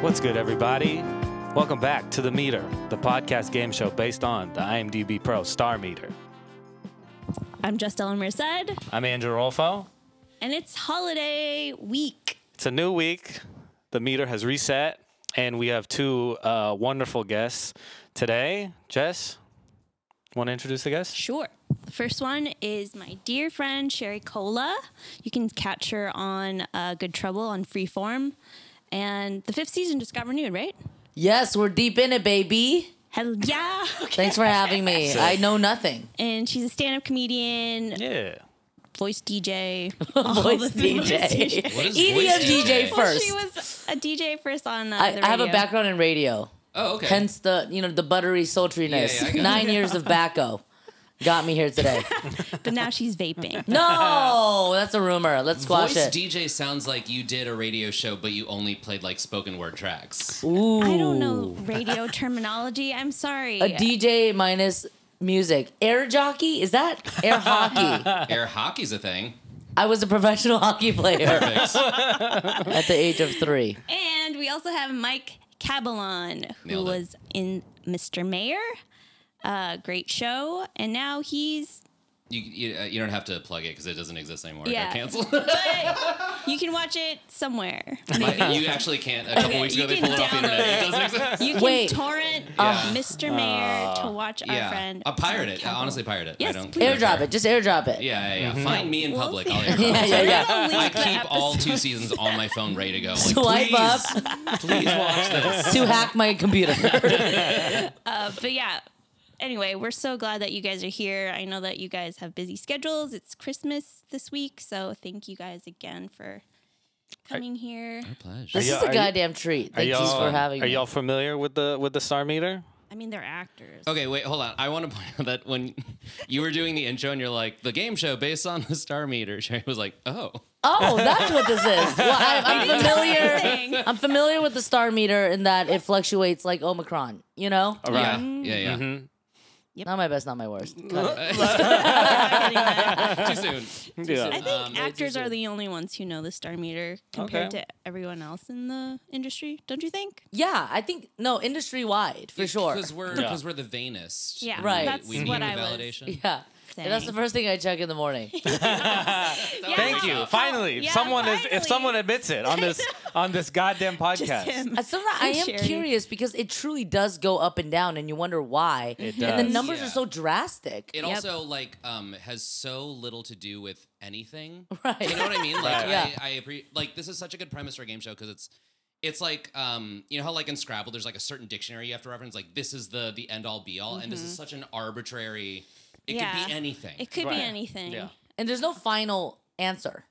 What's good, everybody? Welcome back to The Meter, the podcast game show based on the IMDb Pro Star Meter. I'm just Ellen Merced, I'm Andrew Rolfo. and it's holiday week. It's a new week. The meter has reset, and we have two uh, wonderful guests today. Jess, want to introduce the guests? Sure. The first one is my dear friend Sherry Cola. You can catch her on uh, Good Trouble on Freeform. And the fifth season just got renewed, right? Yes, we're deep in it, baby. Hell yeah. Thanks for having me. I know nothing. and she's a stand up comedian, Yeah. voice DJ, all Voice the things. DJ. What is EDM voice DJ Well, she first. was a DJ first on uh, I, the I have a radio. background in radio. Oh, okay. Hence the you know the buttery sultriness. Yeah, yeah, I got Nine years of bacco got me here today. But now she's vaping. No, that's a rumor. Let's squash Voice it. DJ sounds like you did a radio show, but you only played like spoken word tracks. Ooh. I don't know radio terminology. I'm sorry. A DJ minus music. Air jockey is that air hockey? Air hockey's a thing. I was a professional hockey player Perfect. at the age of three. And we also have Mike Cabalon, who Nailed it. was in Mr. Mayor. Uh, great show. And now he's. You, you, uh, you don't have to plug it because it doesn't exist anymore. It got Yeah. canceled. But you can watch it somewhere. But you actually can't. A couple weeks you ago, they can pulled it off the download internet. It it. doesn't exist. You can Wait. torrent Yeah. Ah. Mr. Mayor to watch our yeah, friend. I'll pirate it. Mike I honestly pirate it. Yes, I don't. please. Mm-hmm. I don't Airdrop care. it. Just airdrop it. Yeah, yeah. yeah. Find me in We'll public. see. I'll airdrop. Yeah, yeah, yeah. Cabalon. We'll I link the keep all episode. two seasons on my phone ready to go. Like, Swipe up. please, please watch this. to hack my computer. Uh, but yeah. Anyway, we're so glad that you guys are here. I know that you guys have busy schedules. It's Christmas this week, so thank you guys again for coming here. Pleasure. this y'all- is a are you- goddamn treat. Thank you for having are me. y'all familiar with the with the Star Meter? I mean, they're actors. Okay, wait, hold on. I want to point out that when you were doing the intro and you're like, the game show based on the star meter, Sherry was like, oh. oh, that's what this is. Well, I, I'm familiar. Thing. I'm familiar with the star meter in that it fluctuates like Omicron. You know, All right. Mm-hmm. Yeah, yeah, yeah. not my best, not my worst. Cut it. Mm-hmm. Too soon. Yeah. I think Um, it's actors just are a- the only ones who know the star meter compared Okay. to everyone else in the industry, don't you think? Yeah, I think no industry wide for sure. Because we're, Yeah. because we're the vainest. Yeah, We- Right. That's we need what the I was. validation. Yeah, and that's the Saying. first thing I check in the morning. Thank you. Finally, yeah, someone is if finally. someone admits it on this on this goddamn podcast. him. Uh, Sometimes I am Sherry. curious because it truly does go up and down, and you wonder why. It And the does. numbers are Yeah. so drastic. It Yep. also like um has so little to do with anything. Right. You know what I mean? Like Right. Yeah. I, I appreciate like this is such a good premise for a game show because it's it's like um you know how like in Scrabble there's like a certain dictionary you have to reference like this is the the end all be all and this is such an arbitrary it Mm-hmm. Yeah. could be anything. It could Right. be anything. Yeah. and there's no final answer.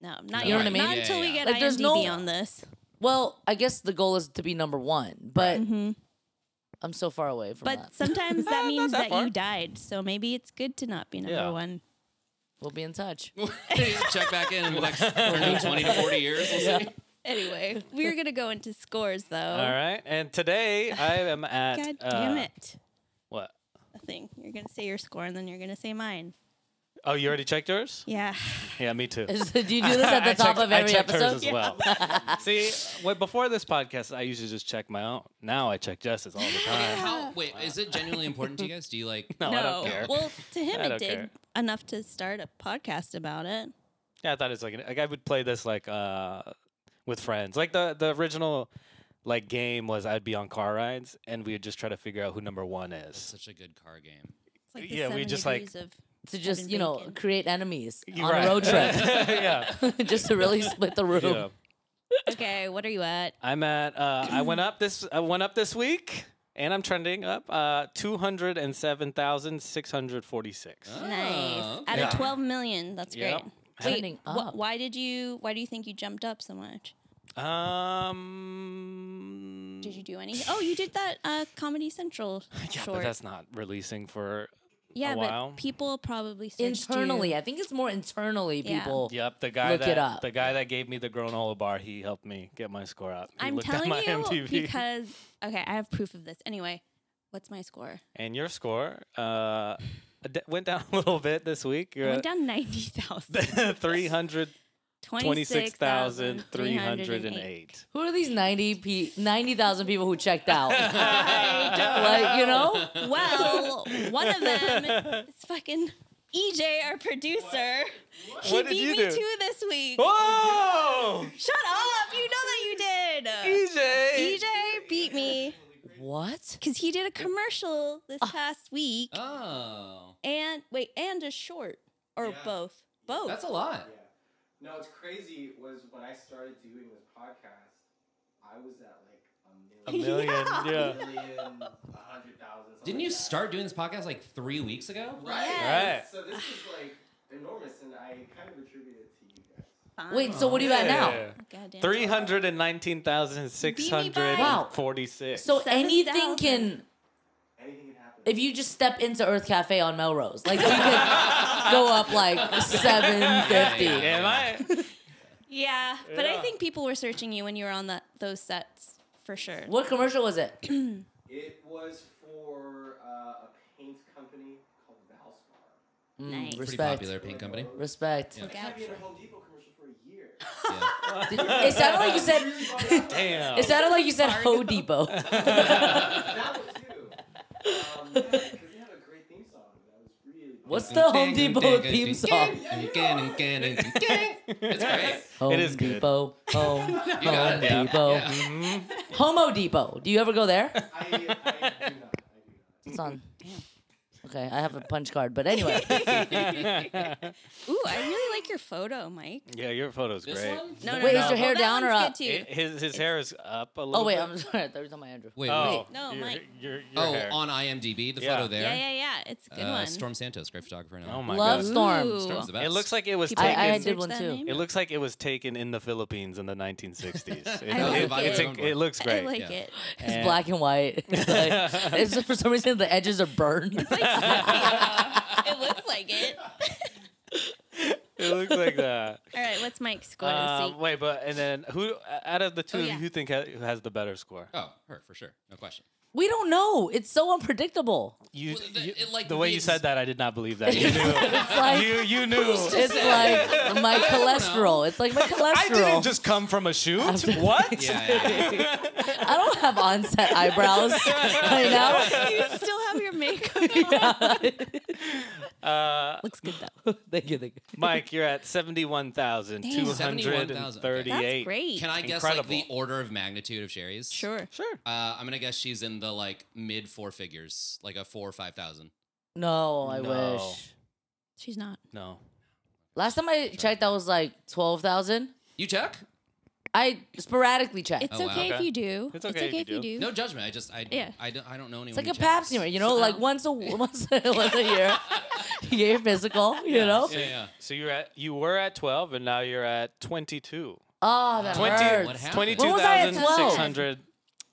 No, not You yet. know what I mean? Not Yeah, until we yeah. get Like, IMDb there's no- on this. Well, I guess the goal is to be number one, but Mhm. I'm so far away from But that. sometimes that means that that, far. you died, so maybe it's good to not be number Yeah. one. We'll be in touch. Check back in in the next I don't know, 20 to 40 years. We'll see. Anyway, we're gonna go into scores though. All right. And today I am at God damn uh, it! What? I think you're gonna say your score and then you're gonna say mine. Oh, you already checked yours? Yeah. Yeah, me too. Is- do you do this at the I top checked- of every I checked episode? Hers as well. See, wait, before this podcast, I usually just check my own. Now I check Jess's all the time. How, wait, is it genuinely important to you guys? Do you like No, Oh, I don't care. Well, to him I it don't did care. enough to start a podcast about it. yeah, I thought it's like, an, like I would play this like uh, with friends. Like the the original like game was I'd be on car rides and we would just try to figure out who number one is. such a good car game? It's like the Yeah, seven we just, like- degrees of To just, Kevin you know, Bacon. create enemies You're on right. a road trip. yeah. just to really split the room. yeah. Okay, what are you at? I'm at. Uh, I went up this. I went up this week, and I'm trending up. Uh, two hundred and seven thousand six hundred forty-six. Ah, Nice. Oh, okay. Out of 12 million. That's Yep. great. Trending wh- up. why did you why do you think you jumped up so much? Um. Did you do any? Mm. Oh, you did that uh, Comedy Central Yeah, short. but that's not releasing for. yeah, a while. but people probably searched you. Internally, I think it's more internally Yeah. people. Yep, the guy Look it that up. the guy that gave me the granola bar, he helped me get my score up. He I'm looked at telling my you MTV. because okay, I have proof of this. Anyway, what's my score? and your score uh, d- went down a little bit this week. I You're went down 90,000. at three hundred 26,308. Who are these 90 pe- 90,000 people who checked out? I like, you know? don't- well, one of them is fucking EJ, our producer. He What did beat you me do? Oh. to this week. Whoa! E Shut up! You know that you did. EJ! EJ beat me What? because he did a commercial this Ah. past week Oh, and wait and a short or Yeah. both. Both. that's a lot. Yeah. No, what's crazy was when I started doing this podcast, I was at like a A million, million, Yeah. yeah. million, a hundred thousand. something Didn't you like that. start doing this podcast like three weeks ago? Right. Yes. So this is like enormous, and I kind of attribute it to you guys. Fine. Wait, so what are you at now? Goddamn. Wow. 319,646. So Seven anything thousand. can Anything can happen. if you just step into Earth Cafe on Melrose, like we could go up like 750. Yeah, Am I? Yeah, but I Yeah. think people were searching you when you were on that those sets for sure. What commercial was it? It was for uh, a paint company called Valspar. Nice. Pretty Mm, Respect. popular paint company. Respect. Yeah. I out have been in a Home Depot commercial for a year. Yeah. Did- It sounded Oh, like you said. Damn. It sounded like you said Ho Depot. that one too. Um, yeah, 'cause they had a great theme song. That was really. What's the Home Depot theme song? It's great. Home It is good. Depot. Home, Home got it. Yeah. Depot. Yeah. Mm-hmm. Homo Depot. Do you ever go there? I, I do not. I do not. It's on. Okay, I have a punch card, but anyway, Ooh, I really like your photo, Mike. Yeah, your photo's This great. one? No, no, Wait, no. is your hair that down or one's up? Good too. It- his his hair is up a little. Oh wait, bit. I'm sorry. I thought you were talking about Andrew. Wait, Oh, wait. No, your, Mike. Your, your Oh, hair. on IMDb, the Yeah. photo there. yeah, yeah, yeah. It's a good Uh, one. Storm Santos, great photographer now. oh my Love god. Storm. Ooh. Storm's the best. It looks like it was People taken. I- I can did search one that too. name. it looks like it was taken in the Philippines in the 1960s. It, I like it- it. it's a- it looks I great. like Yeah. it. It's black and white. It's like- it's for some reason the edges are burned. It looks like it. it looks like that. All right, what's Mike's score this Um, week? wait, but and then who out of the two Oh, of you yeah. who think ha- who has the better score? Oh, her for sure, no question. we don't know. It's so unpredictable. You, Well, the- you- it, like, the way you reads- said that, I did not believe that. You It's knew. like you you knew. it's like my cholesterol. It's like my cholesterol. I didn't just come from a shoot. What? Yeah, I don't have onset eyebrows right now. you still have your makeup. on. Looks good though. thank you, thank you. Mike, you're at seventy-one thousand two hundred 71,000, and okay. thirty-eight. That's great. Can I guess like Incredible. the order of magnitude of Sherry's? Sure. Sure. Uh, I'm gonna guess she's in the like mid four figures, like a four or five thousand. No, I No. wish. She's not. No. Last time I checked, that was like twelve thousand. You check? I sporadically check. It's wow. okay if Okay. you do. It's okay if you do. No judgment. I just I Yeah. I don't I don't know anyone. It's like who a pap checks. smear, you know, like Oh. once a once a, once a year, you get your physical, you know. Yeah, yeah. So you're at you were at twelve, and now you're at twenty-two. Oh, that Twenty- hurts. What happened? Twenty-two When was I at thousand six 12? hundred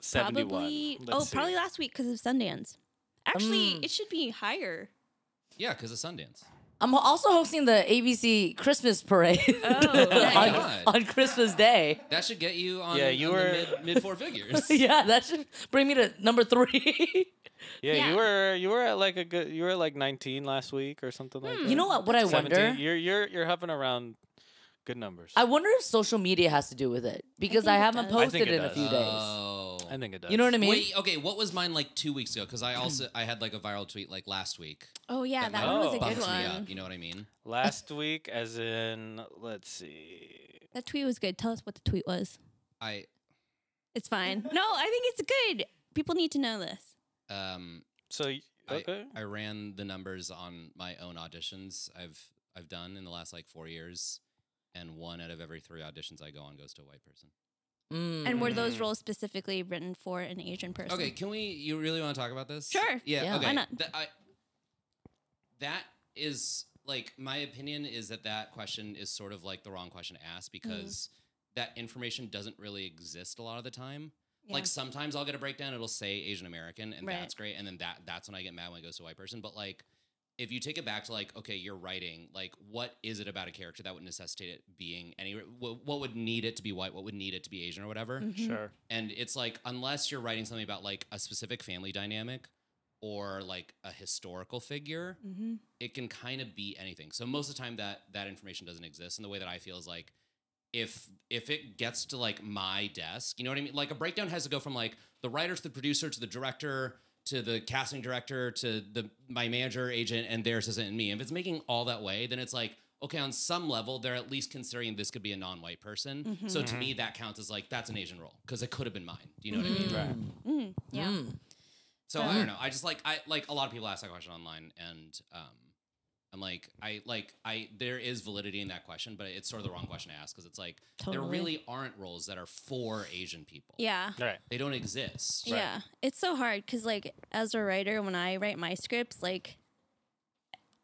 seventy-one. Probably. oh, Let's see. probably last week because of Sundance. Actually, Mm. it should be higher. Yeah, because of Sundance. I'm also hosting the ABC Christmas parade Oh, nice. on, on Christmas Day. That should get you on. Yeah, you on the were- mid, mid four figures. yeah, that should bring me to number three. Yeah, Yeah. you were you were at like a good you were at like 19 last week or something like that. Hmm. you know what? What I 17. wonder? You're you're you're hovering around good numbers. I wonder if social media has to do with it because think I, it haven't does. I think posted it in a does. few days. Oh. I think it does. You know what I mean? Wait, okay. What was mine like two weeks ago? Because I also I had like a viral tweet like last week. Oh Mm. yeah, that, like, one was a bumped good me one. up. You know what I mean? Last week, as in, let's see. That tweet was good. Tell us what the tweet was. I It's fine. No, I think it's good. People need to know this. um So y- I- okay, mm-hmm. I ran the numbers on my own auditions I've I've done in the last like four years, and one out of every three auditions I go on goes to a white person. Mm. And were Mm. those roles specifically written for an Asian person? Okay, can we? You really want to talk about this? Sure. Yeah. Yeah. Okay. Why not? Th- I, that is like my opinion is that that question is sort of like the wrong question to ask Mm-hmm. because that information doesn't really exist a lot of the time. Yeah. Like sometimes I'll get a breakdown, it'll say Asian American, and Right. that's great. And then that that's when I get mad when it goes to a white person. But like if you take it back to like, okay, you're writing, like what is it about a character that would necessitate it being any what, what would need it to be white, what would need it to be Asian Mm-hmm. or whatever? sure. And it's like, unless you're writing something about like a specific family dynamic or like a historical figure, Mm-hmm. it can kind of be anything. So most of the time that that information doesn't exist. And the way that I feel is like if if it gets to like my desk, you know what I mean? Like a breakdown has to go from like the writer to the producer to the director to the casting director to the my manager agent and theirs isn't me. If it's making all that way, then it's like okay, on some level they're at least considering this could be a non-white person. So to me that counts as like that's an Asian role because it could have been mine. Do you know Mm-hmm. what I mean? Mm, yeah. So Mm. I don't know. I just like I like a lot of people ask that question online, and um, I'm like I like I there is validity in that question, but it's sort of the wrong question to ask because it's like there Totally. really aren't roles that are for Asian people. Yeah. All right. they don't exist. Yeah, it's so hard because, like, as a writer, when I write my scripts, like,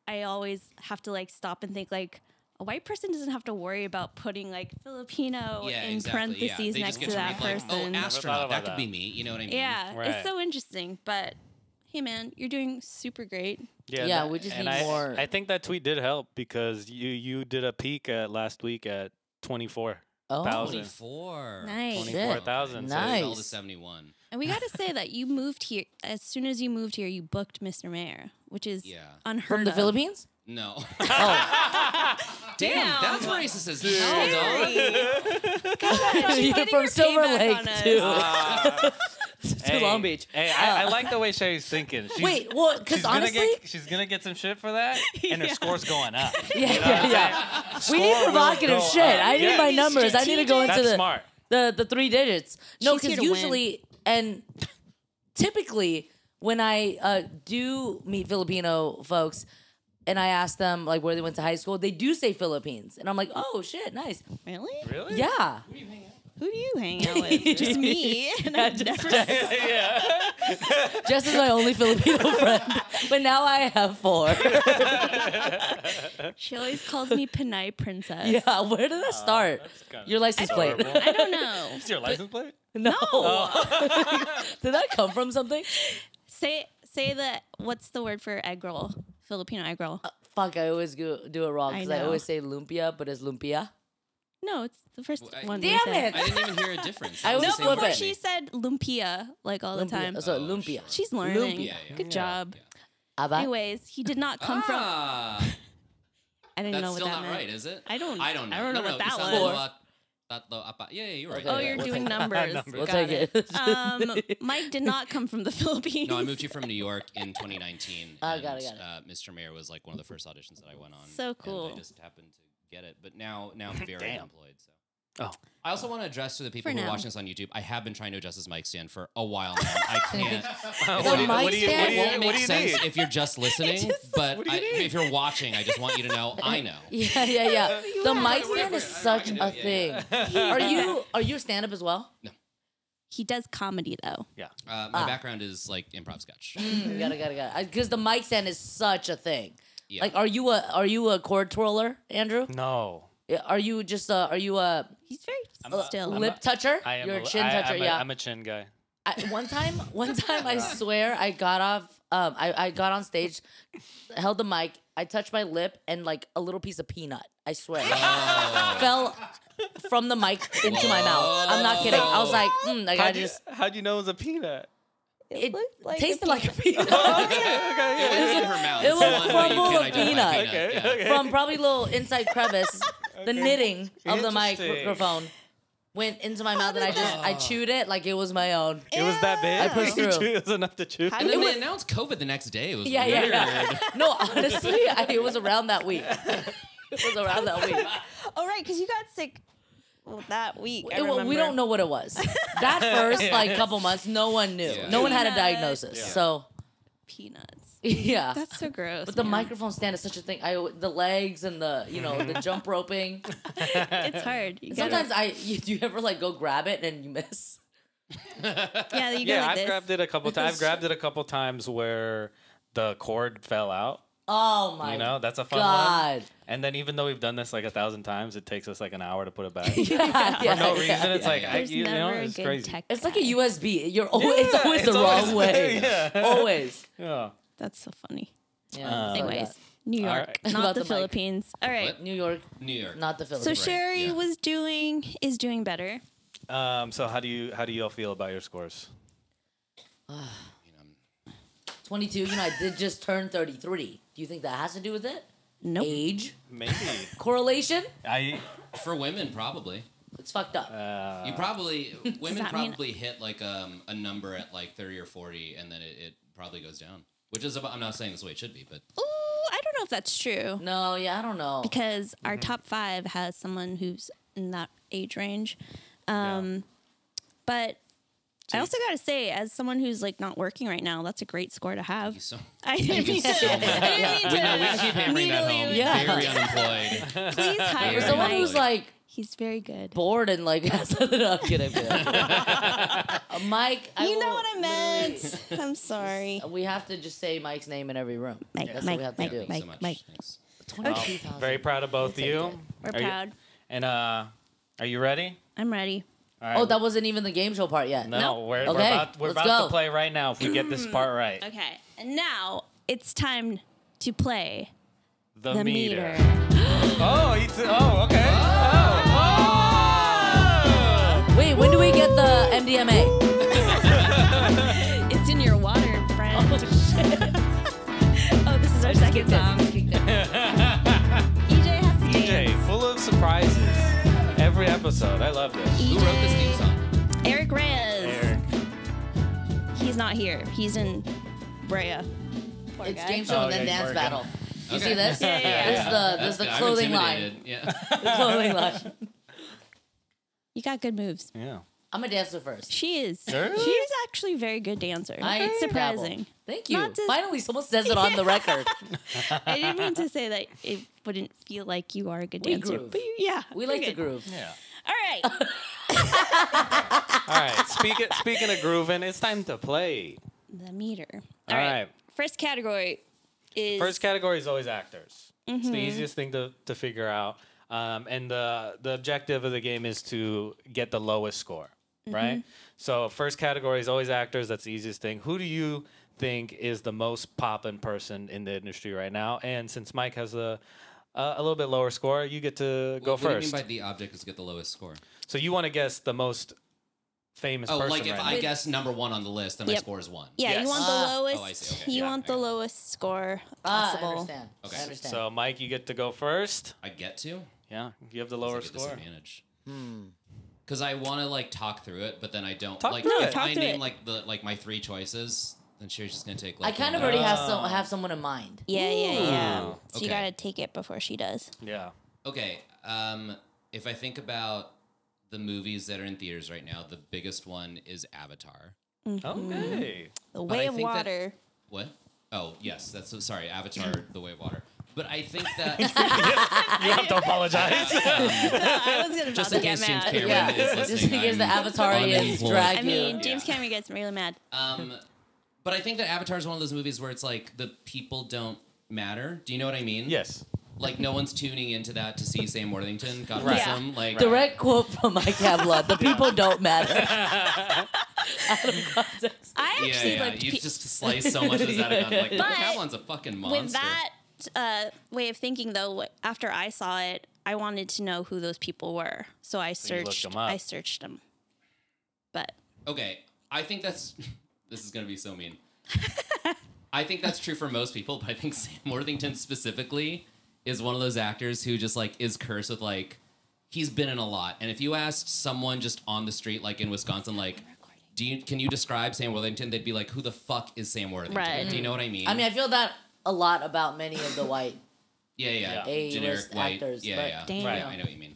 I always have to like stop and think like a white person doesn't have to worry about putting like Filipino Yeah, in exactly. Yeah. parentheses They next just to get to that read, like, person. oh, thought astronaut. That about could be that. me. You know what I mean? yeah, Right. it's so interesting. But hey, man, you're doing super great. Yeah, that- we just and need I, more. I think that tweet did help because you you did a peak at last week at twenty four. Oh, Thousand. Twenty-four. Nice. Shit. 24,000, so- Fell to Nice. seventy-one. And we got to say that you moved here as soon as you moved here, you booked Mr. Mayor, which is Yeah. unheard from the of. Philippines? No. Oh, Damn, Damn. that's racist as hell, dog. you're getting from your Silver payback Lake on us. too. Ah, to hey, Long Beach. Hey, I, I Uh, like the way Sherry's thinking. She's, Wait, well, she's because gonna honestly, get she's gonna get some shit for that, and her Yeah. score's going up. yeah, yeah, yeah. We Score need will provocative go shit. up. I need Yeah. my numbers. I need to go into That's the smart. the the three digits. No, She's here because to win. usually and typically when I uh, do meet Filipino folks and I ask them like where they went to high school, they do say Philippines, and I'm like, oh shit, nice, Really? Really? yeah. Who do you hang out with? Just me. And I've never yeah. Jess is my only Filipino friend, but now I have four. She always calls me Panay Princess. yeah, where did that start? Oh, That's kinda Your license plate. adorable. I don't know. Is your license plate? No. Did that come from something? Say say the what's the word for egg roll? Filipino egg roll. Fuck, I always go, do it wrong I because I, know. always say lumpia, but it's lumpia. no, it's the first Well, I- one. Damn we said. it. I didn't even hear a difference. I It was was the same flip Before it. thing. she said lumpia like all the Lumpia. time. Oh, sorry, Oh, lumpia. sure. She's learning. lumpia, yeah. Good job. Yeah. Aba? Anyways, he did not come from. ah, I didn't That's know what still that not meant. right, is it? I don't- I don't know. I don't know no, what that no, was. Isanlo at- at lo- apa- Yeah, yeah, you're right. Okay, Oh, yeah, you're we'll doing take- numbers. Numbers. We'll Got take it. it. Uh, um, Mike did not come from the Philippines. No, I moved you from New York in 2019. Oh, got it, and, got Uh, Mr. Mayor was like one of the first auditions that I went on. So And cool. I just happened to get it, but now now I'm very Damn. unemployed. So. Oh. I also want to address to the people For who are now. watching this on YouTube. I have been trying to adjust this mic stand for a while now. I can't. what do you, mic what do you, what do stand you, It won't what make do you sense need? if you're just listening, but what do you I, need? if you're watching, I just want you to know I know. Yeah, yeah, yeah. the mic wait, stand wait, is I- I such can do a it, yeah, thing. Are you are you a stand up as well? He does comedy though. Uh, my background is like improv sketch. Mm-hmm. Mm, Gotta gotta gotta. Because the mic stand is such a thing. Yeah. Like, are you a are you a cord twirler, Andrew? No. Yeah, Are you just a are you a He's very a- still. Mm. I'm lip a- toucher? I am You're a, a chin I- toucher. I'm a, yeah. I'm a chin guy. I, one time, one time, I swear, I got off. Um, I, I got on stage, held the mic. I touched my lip and like a little piece of peanut. I swear, fell from the mic into my mouth. I'm not kidding. I was like, mm, like I How'd you, just how'd you know it was a peanut? it looked like a tasted like a peanut okay, okay, It yeah. was in her mouth. it It's was the one way you crumble can of identify peanut. Okay, yeah. okay. from probably a little inside crevice. The knitting of the mic- Interesting. microphone went into my mouth, and I just I chewed it like it was my own. It was that big. I pushed You through. chew- It was enough to chew. How And do then you they announced COVID the next day. It was Yeah, yeah, weird. yeah. No, honestly, I, it was around that week. It was around that week. Oh, right, because you got sick well, that week. I It wa- we remember. don't know what it was. That first like couple months, no one knew. Yeah. No one had a Peanut. diagnosis. Yeah. So Peanuts. yeah. That's so gross. but the man. microphone stand is such a thing. I the legs and the you know the jump roping. It's hard. You gotta- Sometimes I you, do you ever like go grab it and you miss? yeah, you go yeah, like I've this. grabbed it a couple times. I've grabbed it a couple times where the cord fell out. Oh my You know, that's a fun one. god! And then even though we've done this like a thousand times, it takes us like an hour to put it back. For Yeah, yeah, no yeah, reason, it's yeah. like I, There's you, you never know, a it's good crazy. tech. it's like a USB. You're always it's Yeah, always it's the always- wrong way. Oh. yeah. Always. Yeah. That's so funny. Uh, Oh, Yeah, so Anyways, New All York, right. not About the, the mic. Philippines. All right. that. New York, New York. not the So Philippines. Sherry yeah. was doing is doing better. Um, so how do you how do you all feel about your scores? You know, I'm- 22, you know, I did just turn 33. Do you think that has to do with it? Nope. age Maybe. correlation. I For women, probably. It's fucked up. Uh, You probably women that mean- probably hit like um, a number at like thirty or forty, and then it, it probably goes down. Which is about, I'm not saying this way it should be, but Ooh, I don't know if that's true no, yeah, I don't know. because our Mm-hmm. top five has someone who's in that age range. Um, But I also got to say, as someone who's like not working right now, that's a great score to have. you so I didn't mean to. so much. I didn't mean we, no, we to keep hammering that needle home. you. Yeah. Very unemployed. Please hire There's Someone Right. who's like He's very good. bored and like has nothing up. I'm kidding, I'm kidding. Uh, Mike, I you know will what I meant. I'm sorry. literally- We have to just uh, say Mike's name in every room. Mike, That's Mike, what we have Mike, to do. Oh, Thank you so much. Mike. Thanks. well, very proud of both of Take you. it. We're Are you- proud. and uh, are you ready? I'm ready. All right. Oh, that wasn't even the game show part yet. no. no. We're, we're Okay, about we're let's about go. to play right now. If we get this part right, Okay. And now it's time to play the, the meter. meter. Oh, he t- oh, okay. Oh, oh. Wait, when do we get the MDMA? It's in your water, friend. Oh, this is our second song. EJ has to DJ, dance. full of surprises. Every episode, I love this. Who wrote this theme song? Eric Reyes. Eric. He's not here. He's in Brea. Poor It's guy. game show Oh, and then yeah, dance Morgan. battle. You Okay. see this? Yeah, yeah, yeah. This is the this is That's the good. I'm clothing line. intimidated. Yeah. The clothing line. You got good moves. Yeah. I'm a dancer first. She is. Sure. She is actually a very good dancer. I it's dabble. surprising. Thank you. Not to- Finally, someone says it on the record. I didn't mean to say that it wouldn't feel like you are a good We dancer. groove. But you, yeah. We you're like to good. groove. Yeah. All right. All right. Speaking speaking of grooving, it's time to play. the meter. All All right. right. First category is First category is always actors. It's the easiest thing to, to figure out. Um, and the the objective of the game is to get the lowest score, right? So first category is always actors. That's the easiest thing. Who do you think is the most poppin' person in the industry right now? And since Mike has a a a little bit lower score, you get to go what do you first. mean by the object is get the lowest score? so you want to guess the most famous Oh, person like if right I now. guess number one on the list, then my Yep. score is one. yeah. Yes. You want the Ah. lowest. Oh, I see. Okay. You Yeah. want the lowest score Ah, I possible. understand. Okay. I understand. So Mike, you get to go first. I get to. Yeah, you have the lower It's like a score. disadvantage. Because I want to like talk through it, but then I don't. Talk like, through if it. Talk I through name it. like the like my three choices, then she's just gonna take. I Like, kind of one already have Oh. some have someone in mind. Yeah, yeah, yeah. Ooh. So you Okay. gotta take it before she does. Yeah. Okay. Um, if I think about the movies that are in theaters right now, the biggest one is Avatar. Okay. The But I way of think that- water. What? Oh yes, that's so sorry. Avatar: The Way of Water. But I think that You have to apologize. I was gonna just about in to get case James mad. Cameron Yeah. is listening, Just in case the I'm Avatarians unemployed. drag I you. mean, James Yeah. Cameron gets really mad. Um, but I think that Avatar is one of those movies where it's like the people don't matter. Do you know what I mean? yes. Like no one's tuning into that to see Sam Worthington. God Right. bless Yeah. him. Like Direct quote from Mike Havlot: "The people don't matter." Out of context. I Yeah, actually yeah. like you pe- just slice so much of that. out. Like But Catalan's a fucking monster. with that uh, way of thinking though wh- after i saw it i wanted to know who those people were so you i looked searched them up. i searched them but Okay, I think that's. This is gonna be so mean. I think that's true for most people, but I think Sam Worthington specifically is one of those actors who just like is cursed with like he's been in a lot. And if you asked someone just on the street, like in Wisconsin, like, do you can you describe Sam Worthington? They'd be like, who the fuck is Sam Worthington? Right. Do you know what I mean? I mean, I feel that a lot about many of the white. yeah, yeah, A-list generic white. actors, yeah, but yeah. Damn. Right, I know what you mean.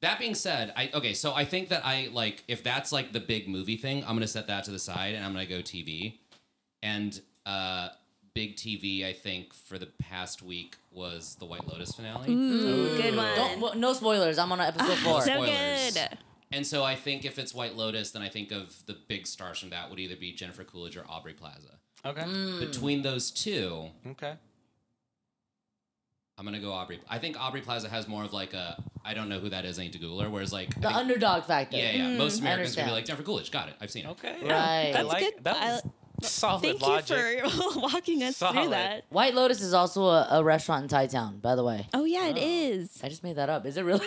That being said, I okay, so I think that I like if that's like the big movie thing, I'm gonna set that to the side and I'm gonna go TV. And uh big TV, I think, for the past week was the White Lotus finale. Mm. ooh, good one Ah, Don't, well, no spoilers. I'm on episode four. so spoilers. good And so I think if it's White Lotus, then I think of the big stars from that would either be Jennifer Coolidge or Aubrey Plaza. Okay. Mm. Between those two, Okay. I'm gonna go Aubrey. I think Aubrey Plaza has more of like a I don't know who that is. I need to Google her. Whereas like I the think- underdog factor. yeah, yeah, most Americans would be understand. like Jennifer Coolidge. Got it. I've seen it. Okay. Right. I That's like good. I- that. Was solid thank logic. you for walking us through Solid. that White Lotus is also a, a restaurant in Thai Town, by the way. oh yeah it is I just made that up. Is it really?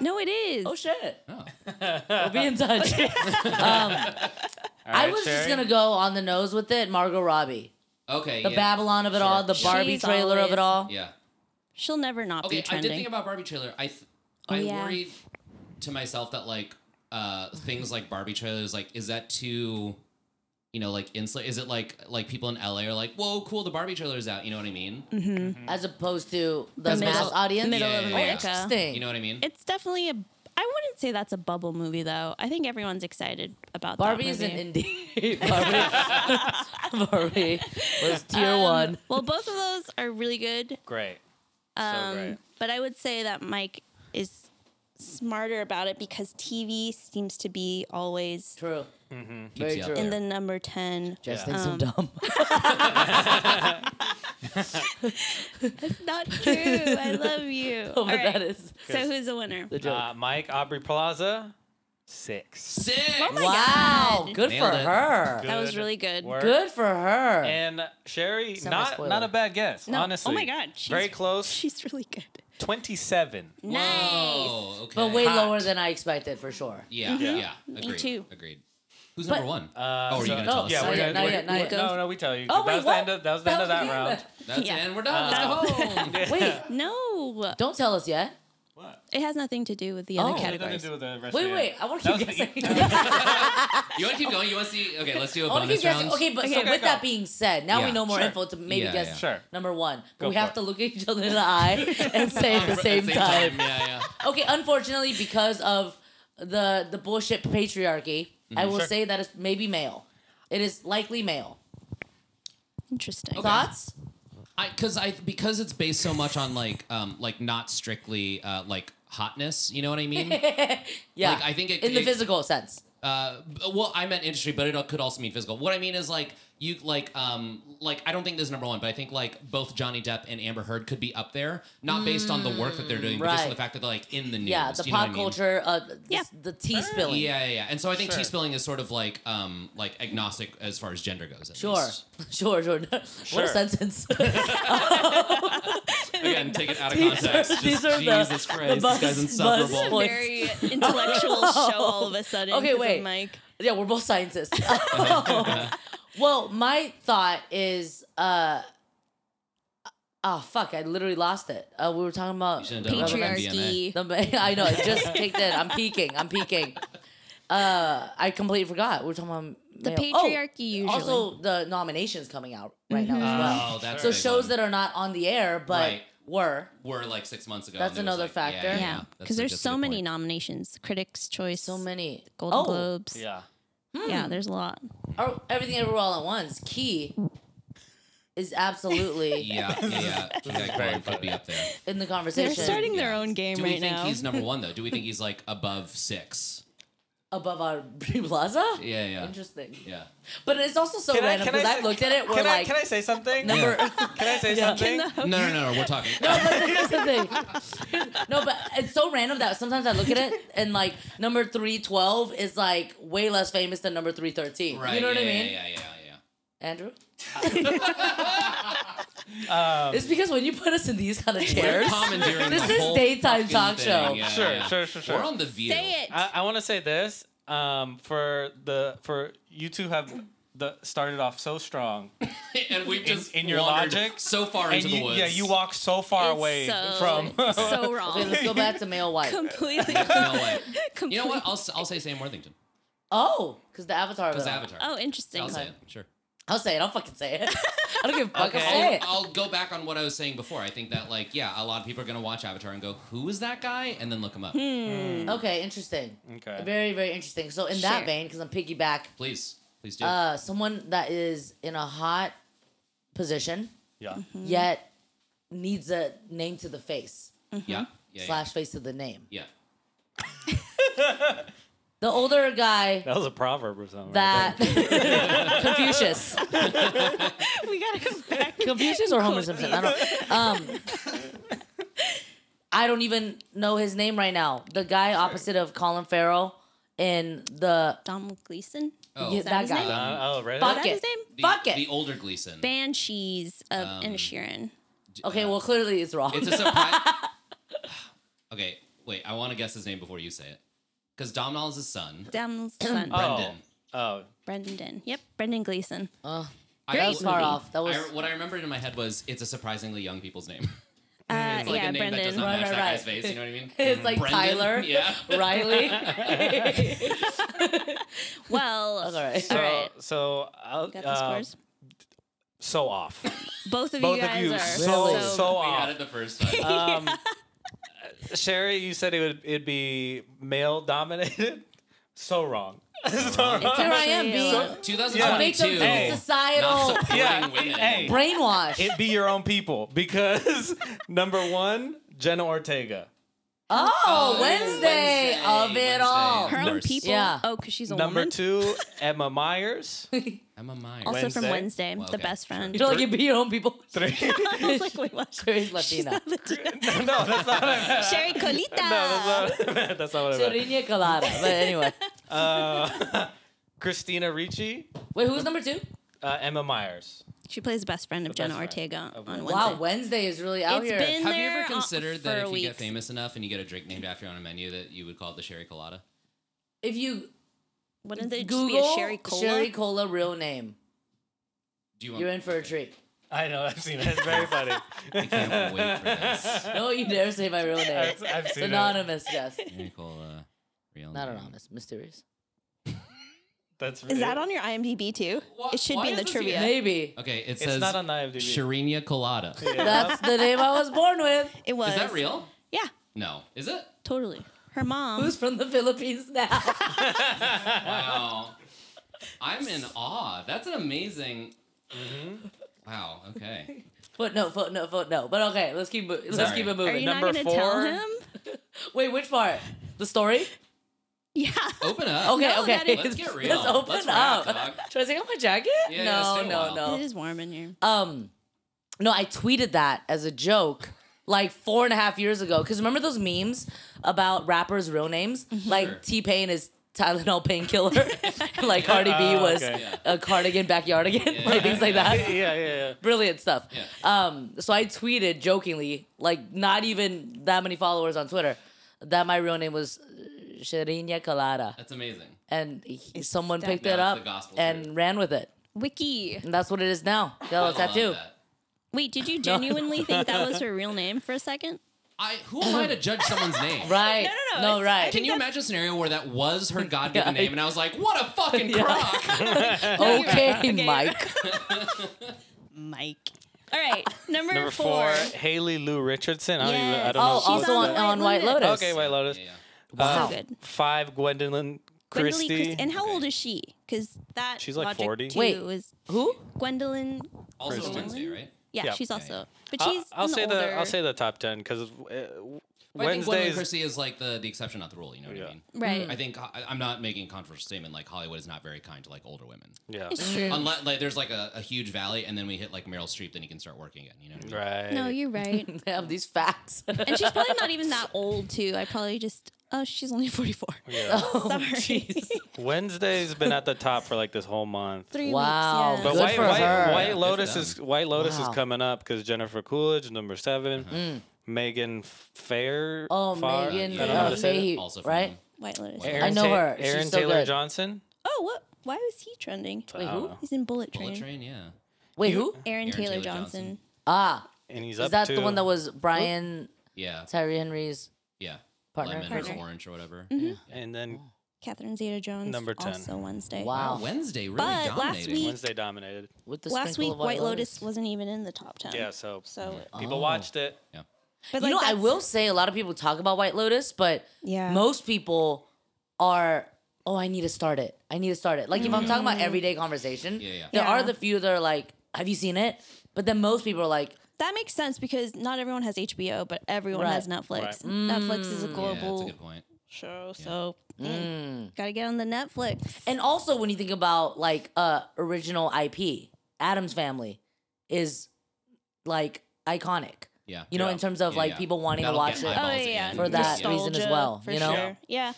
no it is oh shit. Oh. We'll be in touch. All I right, was just Sherry? gonna go on the nose with it. Margot Robbie, Oh. Okay. the yeah. Babylon of it all, the Barbie She's trailer of always- it all. Yeah. She'll never not Okay, be I did trending. think about Barbie trailer. I th- Oh, I yeah. worried to myself that like uh things like Barbie trailers, like is that too, you know, like insular? Is it like like people in LA are like, whoa, cool, the Barbie trailer's out. You know what I mean? as opposed to the, middle- mass audience. middle Yeah, of yeah, yeah. America. Interesting. You know what I mean? it's definitely a. I wouldn't say that's a bubble movie though. I think everyone's excited about Barbie that is movie. an indie. Barbie, Barbie was tier one. Um, well, both of those are really good. Great. Um, great. But I would say that Mike is smarter about it because TV seems to be always True. Mm-hmm. Keeps Very you out true. there. in the Um, number 10. Just Yeah. think so dumb. Not true. I love you. but All right. that is so who's the winner? the joke. Uh, Mike Aubrey Plaza, six. Sick. oh Oh my wow, God. good for Nailed it. her. That was really good. work. Good for her. And Sherry, Semi not spoiler. not a bad guess, No. honestly. Oh my God. She's, Very close. She's really good. Twenty-seven. Nice. Whoa, okay. but way Hot. lower than I expected for sure. Yeah, yeah. Agreed. too. Agreed. Who's But- number one? Uh, oh, are you so- gonna tell us? Yeah, Not we're yet, gonna, not we're- yet, not we're- yet. No, no, we tell you. Oh, that wait, was what? the end of that was the end of that round. That's Yeah. it. And we're done. Let's go home. Wait, No. don't tell us yet. What? It has nothing to do with the Oh. other It It doesn't categories. do with the rest Wait, of wait, I want to That keep was the- guessing. I You want to keep going? You want to see? Okay, let's do a want to bonus keep guessing. round. Okay, but so Okay, with go. that being said, now we Yeah, know more sure. info to maybe Yeah, guess yeah. Sure. number one. Go we for have it. to look at each other in the eye and say at the same, time. Yeah, yeah. Okay, unfortunately, because of the the bullshit patriarchy, I will Sure. say that it's maybe male. It is likely male. Interesting. Thoughts? I because I because it's based so much on like um like not strictly uh like hotness. You know what I mean? Yeah. Like, I think it- in the it- physical sense. uh, b- well, I meant industry, but it could also mean physical. What I mean is like you like um like I don't think this is number one, but I think like both Johnny Depp and Amber Heard could be up there, not based on the work that they're doing, but just on Mm, right. the fact that they're like in the news. Yeah, the you know pop what I mean? culture, uh, the, Yeah. the tea spilling. Yeah, yeah, yeah. And so I think Sure. tea spilling is sort of like um like agnostic as far as gender goes. At Sure. least. sure, sure, What Sure. a sentence. Again, take it out of context. Just, these are the- Jesus the Christ, this buzz- guy's buzz insufferable. a points. very intellectual show all of a sudden. Okay, 'cause of wait. Mike. yeah, we're both scientists. well, my thought is, uh, oh fuck, I literally lost it. Uh, we were talking about shouldn't have done that. relevance. Patriarchy. The- I know. It just kicked in. I'm peeking. I'm peeking. Uh, I completely forgot. We're talking about The male- Oh, patriarchy usually. Mm-hmm. Also, the nominations coming out right now as well. Oh, that's so a big shows one. that are not on the air but Right. were were like six months ago. That's and it was another like- yeah, factor. Yeah, yeah, That's because a- there's that's a so good many point. nominations, Critics' Choice, so many Golden oh, Hmm. Globes. Yeah. Yeah. there's a lot. Or everything everywhere all at once. Key is absolutely Yeah, yeah, yeah. is yeah very Colin could be funny. up there. in the They're conversation starting their own game Do we right think now. he's number one though? Do we think he's like above six? above our Brie Plaza. Yeah, yeah, Interesting. yeah. But it's also so Can I- random can I because say- I've looked at it. We're Can I like, can I say something? number. Can I say Yeah. something? No, no, no, no. We're talking. That's the thing. No, but it's so random that sometimes I look at it and like number three twelve is like way less famous than number three thirteen. right. you know yeah, what I yeah, mean, Yeah, yeah, yeah. Andrew? Um, It's because when you put us in these kind of We're chairs, commandeering This the is whole daytime fucking talk thing. show. Yeah, sure, yeah. sure, sure, sure. We're on the View. Say it. I, I want to say this um, for the for you two have the started off so strong, and we've In- just in your wandered logic, so far and into the you, woods. yeah, you walk so far It's away so, from. so wrong. okay, let's go back to male white. Completely. No way. completely. You know what? I'll s- I'll say Sam Worthington Oh, because the avatar. because though. Avatar. Oh, interesting. I'll say it. Sure. I'll say it. I'll fucking say it. I don't give a fuck. Okay. I'll say it. I'll go back on what I was saying before. I think that like yeah, a lot of people are gonna watch Avatar and go, "Who is that guy?" and then look him up. Hmm. Um, Okay, interesting. Okay. Very, very interesting. So in that Sure. vein, because I'm piggyback, Please, please do. uh, someone that is in a hot position yeah. Mm-hmm. Mm-hmm. yet needs a name to the face yeah, yeah, yeah, mm-hmm. slash face to the name. yeah. The older guy That was a proverb or something. that Confucius, we gotta go back. Confucius or Homer Simpson. I don't. Um, I don't even know his name right now. The guy opposite of Colin Farrell in the Donald Gleason. Oh, yeah, is that that his guy. name? Uh, oh, really? Is Fuck that it. his name? the, Fuck it. the older Gleason. Banshees of um, Inishirin. Okay, well clearly it's wrong. It's a surprise. okay, wait. I want to guess his name before you say it, because Domhnall is his son. Donald's son, Oh. Brendan. Oh, Brendan. Yep, Brendan Gleason. Ugh. I, that was far off. That was I- what I remembered in my head was it's a surprisingly young people's name. Uh, It's like yeah, a name that does Brendan. not Right, match right, that guy's right. face. You know what I mean? It's like Brendan? Tyler. Yeah. Riley. Well, That's all right. So, all right. so I'll, Got the uh, scores. so off. Both of Both you of guys you are so so. so We off. had it the first time. Um, Sherry, you said it would it'd be male dominated. So wrong. so It's Here wrong. I am actually a- being So- a victim 2022. of societal Not supporting Yeah, women. hey. brainwash. It'd be your own people because number one, Jenna Ortega. oh, Oh, Wednesday, Wednesday, of it Wednesday. all. her own Nurse. people. Yeah. Oh, because she's a Number woman. two, Emma Myers. I'm a minor. also from Wednesday. Wednesday, Well, the okay, best sure. friend. You know, like you beat your own people. Three. I was like, wait, what? She's She's Latina. not Latina. no, that's not what I meant. Sherry Colita. No, that's not what I meant. That's not what I meant. Serena Colada. But anyway, Uh, Christina Ricci, wait, who's number two? uh, Emma Myers. She plays the best friend of The Jenna best friend Ortega of on Wednesday. Wednesday. Wow, Wednesday is really out It's here. been- Have you there ever uh, on- considered for that if you weeks. get famous enough and you get a drink named after you on a menu that you would call it the sherry colada? if you Wouldn't they just be Google a Sherry Cola? Sherry Cola real name, Do you want? you're in for a treat. I know, I've seen it. It's very funny. I can't wait for this. No, you never say my real name. I've, I've seen it. Anonymous, yes. Sherry cola. Real Not name. anonymous, mysterious. That's Is that on your IMDb too? Wha- it should why be in the is this even- trivia. Maybe. Okay, it It's says not on IMDb. Sherina colada. Yeah. That's the name I was born with. It was. Is that real? Yeah, No. Is it? totally. Her mom. Who's from the Philippines now? Wow. I'm in awe. That's an amazing. Mm-hmm. Wow. Okay. footnote, footnote, footnote. But okay, let's keep mo- let's Sorry. keep it are moving. you not Number going to tell four. him? Wait, which part? The story? Yeah. Open up. Okay, No, that okay. is- Let's get real. Let's open Let's up. rock, dog. Should I take off my jacket? Yeah, yeah, no, let's do it no, while. no. It is warm in here. um no i tweeted that as a joke like four and a half years ago because remember those memes about rappers real names like Sure. t-pain is tylenol painkiller like cardi b Ah, Oh, was okay. Yeah. a cardigan backyard again like things like that yeah, yeah, yeah. brilliant stuff Yeah. um so i tweeted jokingly like not even that many followers on twitter that my real name was Sherinya Colada, That's amazing. and he, someone stuck. picked it Now up it's the gospel and truth. ran with it, Wiki. and that's what it is now. Got a I love oh, tattoo. that. Wait, did you genuinely think that was her real name for a second? I who am I to judge someone's name? Right? No, no, no, No, it's- right. Can you imagine a scenario where that was her god given name and I was like, what a fucking crock? Okay, Okay. Mike. Mike. All right, number, Number four, Haley Lou Richardson. I don't even. I Yes. don't know. Oh, who also was on, that. on White Lotus. Okay, White Lotus. Yeah, yeah. So Uh, good. Five, Gwendolyn Gwendolyn Christie. Christ- And how old is she? Because that She's like logic 40. too Wait. is Who? Gwendolyn. Also Kristen. Wednesday, right? Yeah, Yeah. she's also, but I'll- she's. I'll, in the say older. the I'll say the top ten because But I think Gwendolyn Wednesdays. Christie is like the, the exception, not the rule. You know what I Yeah. mean? Right. Mm, I think I, I'm not making a controversial statement. Like Hollywood is not very kind to like older women. Yeah. It's true. Unless like there's like a, a huge valley, and then we hit like Meryl Streep, then you can start working again. You know what I mean? Right. No, you're right. Damn, these facts. and she's probably not even that old too. I probably just. Oh, she's only 44. Yeah. Sorry. Wednesday's been at the top for like this whole month. Three Wow. weeks. Yeah. But Good White, for White, her. White Yeah, good Lotus for is White Lotus Wow. Mm-hmm. is coming up because Jennifer Coolidge number 7 Mm. Megan Fair. Oh, Farr? Megan I don't know how uh, to say that. Fahey, Also from right? White Lotus. Wait. I know Ta- her. She's Aaron so Taylor good. Johnson. Oh, what? Why was he trending? I don't who? know. He's in Bullet Train. Bullet Train, yeah. Wait, who? Aaron, Aaron Taylor, Taylor Johnson. Johnson. Ah, And he's is up that to the one that was Brian Yeah. Tyree Henry's? Yeah. Partner. Lemon Partner. or orange or whatever. And then Catherine Zeta-Jones. Number 10. Also Wednesday. Wow, Wow. Wednesday really But last dominating. Oh. week- Wednesday dominated. With the Last sprinkle week, of White Lotus wasn't even in the top Oh. 10. Yeah, so, So, people watched it. but you know, I that's- will say a lot of people talk about White Lotus, but Yeah. most people are, oh, I need to start it. I need to start it. Like if I'm talking about everyday Mm. conversation, Yeah, yeah. there Yeah. are the few that are like, have you seen it? But then most people are like, That makes sense because not everyone has HBO, but everyone Right. has Right. Netflix. Netflix is a Mm. yeah, that's a global good point. show, so mm, gotta get on the Netflix. And also, when you think about like uh original IP, Adam's Family is like iconic. Yeah. You know, Yeah. in terms of Yeah, like yeah. people wanting That'll to get watch oh it. eyeballs yeah, again. yeah. For that reason as Nostalgia, well, for you know? sure. yeah.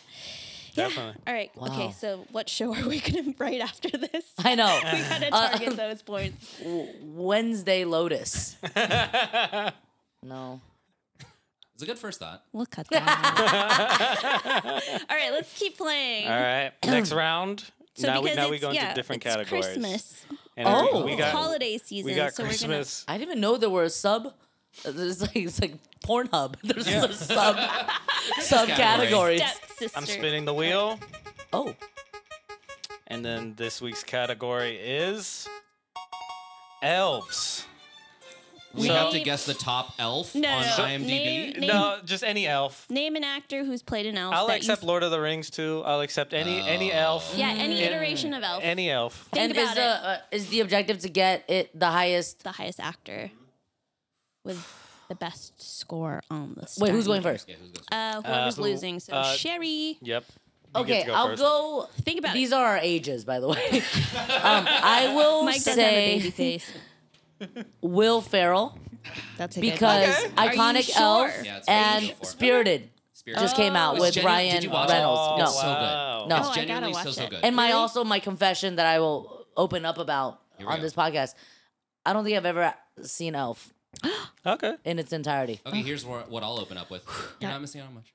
Definitely. All right, okay. Wow. So, what show are we gonna write after this? I know. we gotta Uh, target those points. W- Wednesday Lotus. no. It's a good first thought. We'll cut that. out. All right, let's keep playing. All right. Next round. So now we because now it's, we go into yeah, different it's categories. Christmas, And Oh. we it's got holiday season, we got so we're gonna. Christmas. I didn't even know there were a sub It's like it's like Pornhub. There's Yeah. a sub subcategories. Step sister. I'm spinning the wheel, Oh, and then this week's category is elves. We So- have to guess the top elf No, on no, no. IMDb. Name- No, just any elf. Name an actor who's played an elf. I'll that accept you've- Lord of the Rings too. I'll accept any any Oh. elf. Yeah, any Mm. iteration of elf. Any elf. Think and is about the it. uh, is the objective to get it the highest? the highest actor with the best score on the. Wait, who's Stein. going first? Yeah, who's goes Uh, whoever's who- losing. So uh, Sherry, Yep. You get Okay, to go I'll first. go. think about These it. are our ages, by the way. um, I will Mike does have a say baby face. Will Ferrell That's a because Okay. Are you iconic sure? elf Yeah, it's and very sure. Spirited Spirit. just came out Was with Jenny- Ryan did you watch it? Reynolds. Oh, no, It's so Wow. good. No. It's Oh, I gotta genuinely watch so, so it. good. and my also my confession that I will open up about Here we on go. this podcast. I don't think I've ever seen Elf Okay. in its entirety. okay, here's where, what I'll open up with. You're not missing out on much.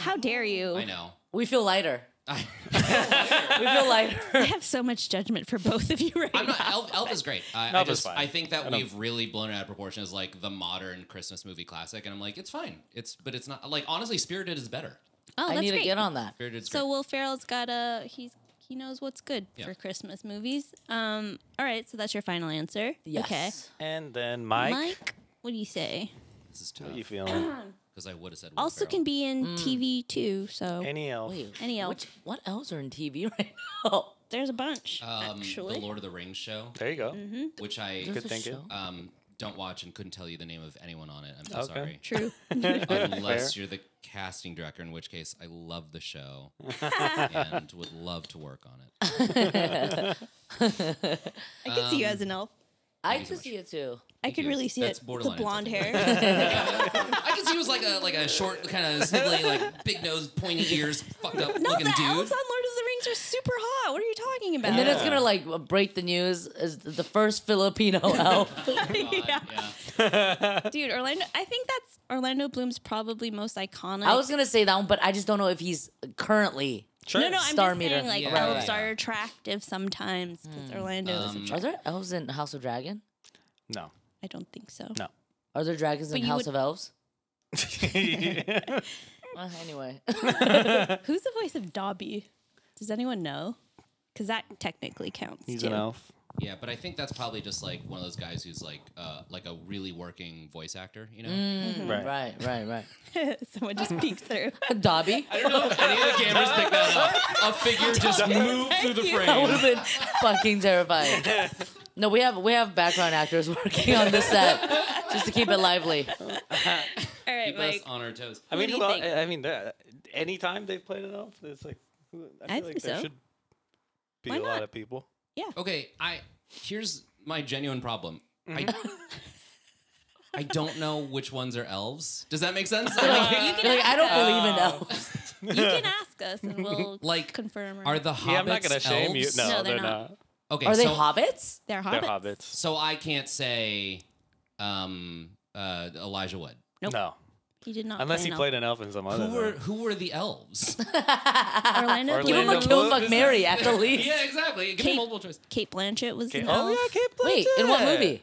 How dare you? I I, know. We feel lighter. I, We feel lighter. have so much judgment for both of you right I'm not. now. Elf, Elf is great. I, I Elf is just fine. I think I that don't- we've really blown it out of proportion as like the modern Christmas movie classic, and I'm like, it's fine. It's but it's not like honestly, Spirited is better. Oh, I that's need great. to get on that. Spirited's So great. Will Ferrell's got a he's he knows what's good Yeah. for Christmas movies. Um, all right, so that's your final answer. Yes. Okay, And then Mike. Mike, what do you say? This is How tough you feeling? because I would have said Will Also, Ferrell. can be in TV too. So any elf. Wait, Any elf. Which, what elves are in TV right now? there's a bunch um, actually. the Lord of the Rings show, There you go. Mm-hmm. which I There's a thinking. show? um don't watch and couldn't tell you the name of anyone on it. I'm so Okay. sorry. True. Unless you're the casting director, in which case I love the show and would love to work on it. I can see you as an Um, elf. I you so could much. see it too. I could you. really see it. That's The borderline blonde insulting. hair. I can see it was like a like a short kind of sniggly, like big nose, pointy ears, fucked up no, the looking elves dude. on Lord of the Rings are super hot. What are you talking about? And then it's gonna like break the news is the first Filipino elf. yeah. yeah. Dude, Orlando. I think that's Orlando Bloom's probably most iconic. I was gonna say that one, but I just don't know if he's currently. Sure. no, no. I'm Star just meter. saying like Yeah, elves yeah, are attractive sometimes because Orlando is. Um, attra- Are there elves in House of Dragon? No. I don't think so. No. Are there dragons But in you House would- of Elves? Uh, anyway, Who's the voice of Dobby? Does anyone know? Because that technically counts. He's too. an elf. Yeah, but I think that's probably just like one of those guys who's like uh, like a really working voice actor, you know? Mm-hmm. Right. right, right, right. Someone just peeked through. Dobby. I don't know if any of the cameras picked that up. A figure just moved through the That would frame. have been fucking terrifying. No, we have we have background actors working on this set just to keep it lively. All right, Keep us on our toes. I mean, do who you el- think? I I mean, uh, anytime they've played an elf, it's like who, I feel I like think there so. should be Why a lot not? of people. Okay, I here's my genuine problem. I I don't know which ones are elves. Does that make sense? Like, You're like I don't believe in elves. You can ask us and we'll like, confirm. Or are the hobbits yeah, I'm not gonna shame you. elves? No, No, they're, they're not. not. Okay, Are they so, hobbits? they're hobbits. They're hobbits. so I can't say um uh Elijah Wood. Nope. No, He did not. unless he play an elf. played an elf in some other. Who were thing. who were the elves? Orlando, Orlando Bloom. Give him a Orlando kill Bloom fuck is- Mary at the least. yeah, exactly. Give me Kate- multiple choice. Kate Blanchett was Okay. an Oh elf. yeah, Kate Blanchett. Wait, in what movie?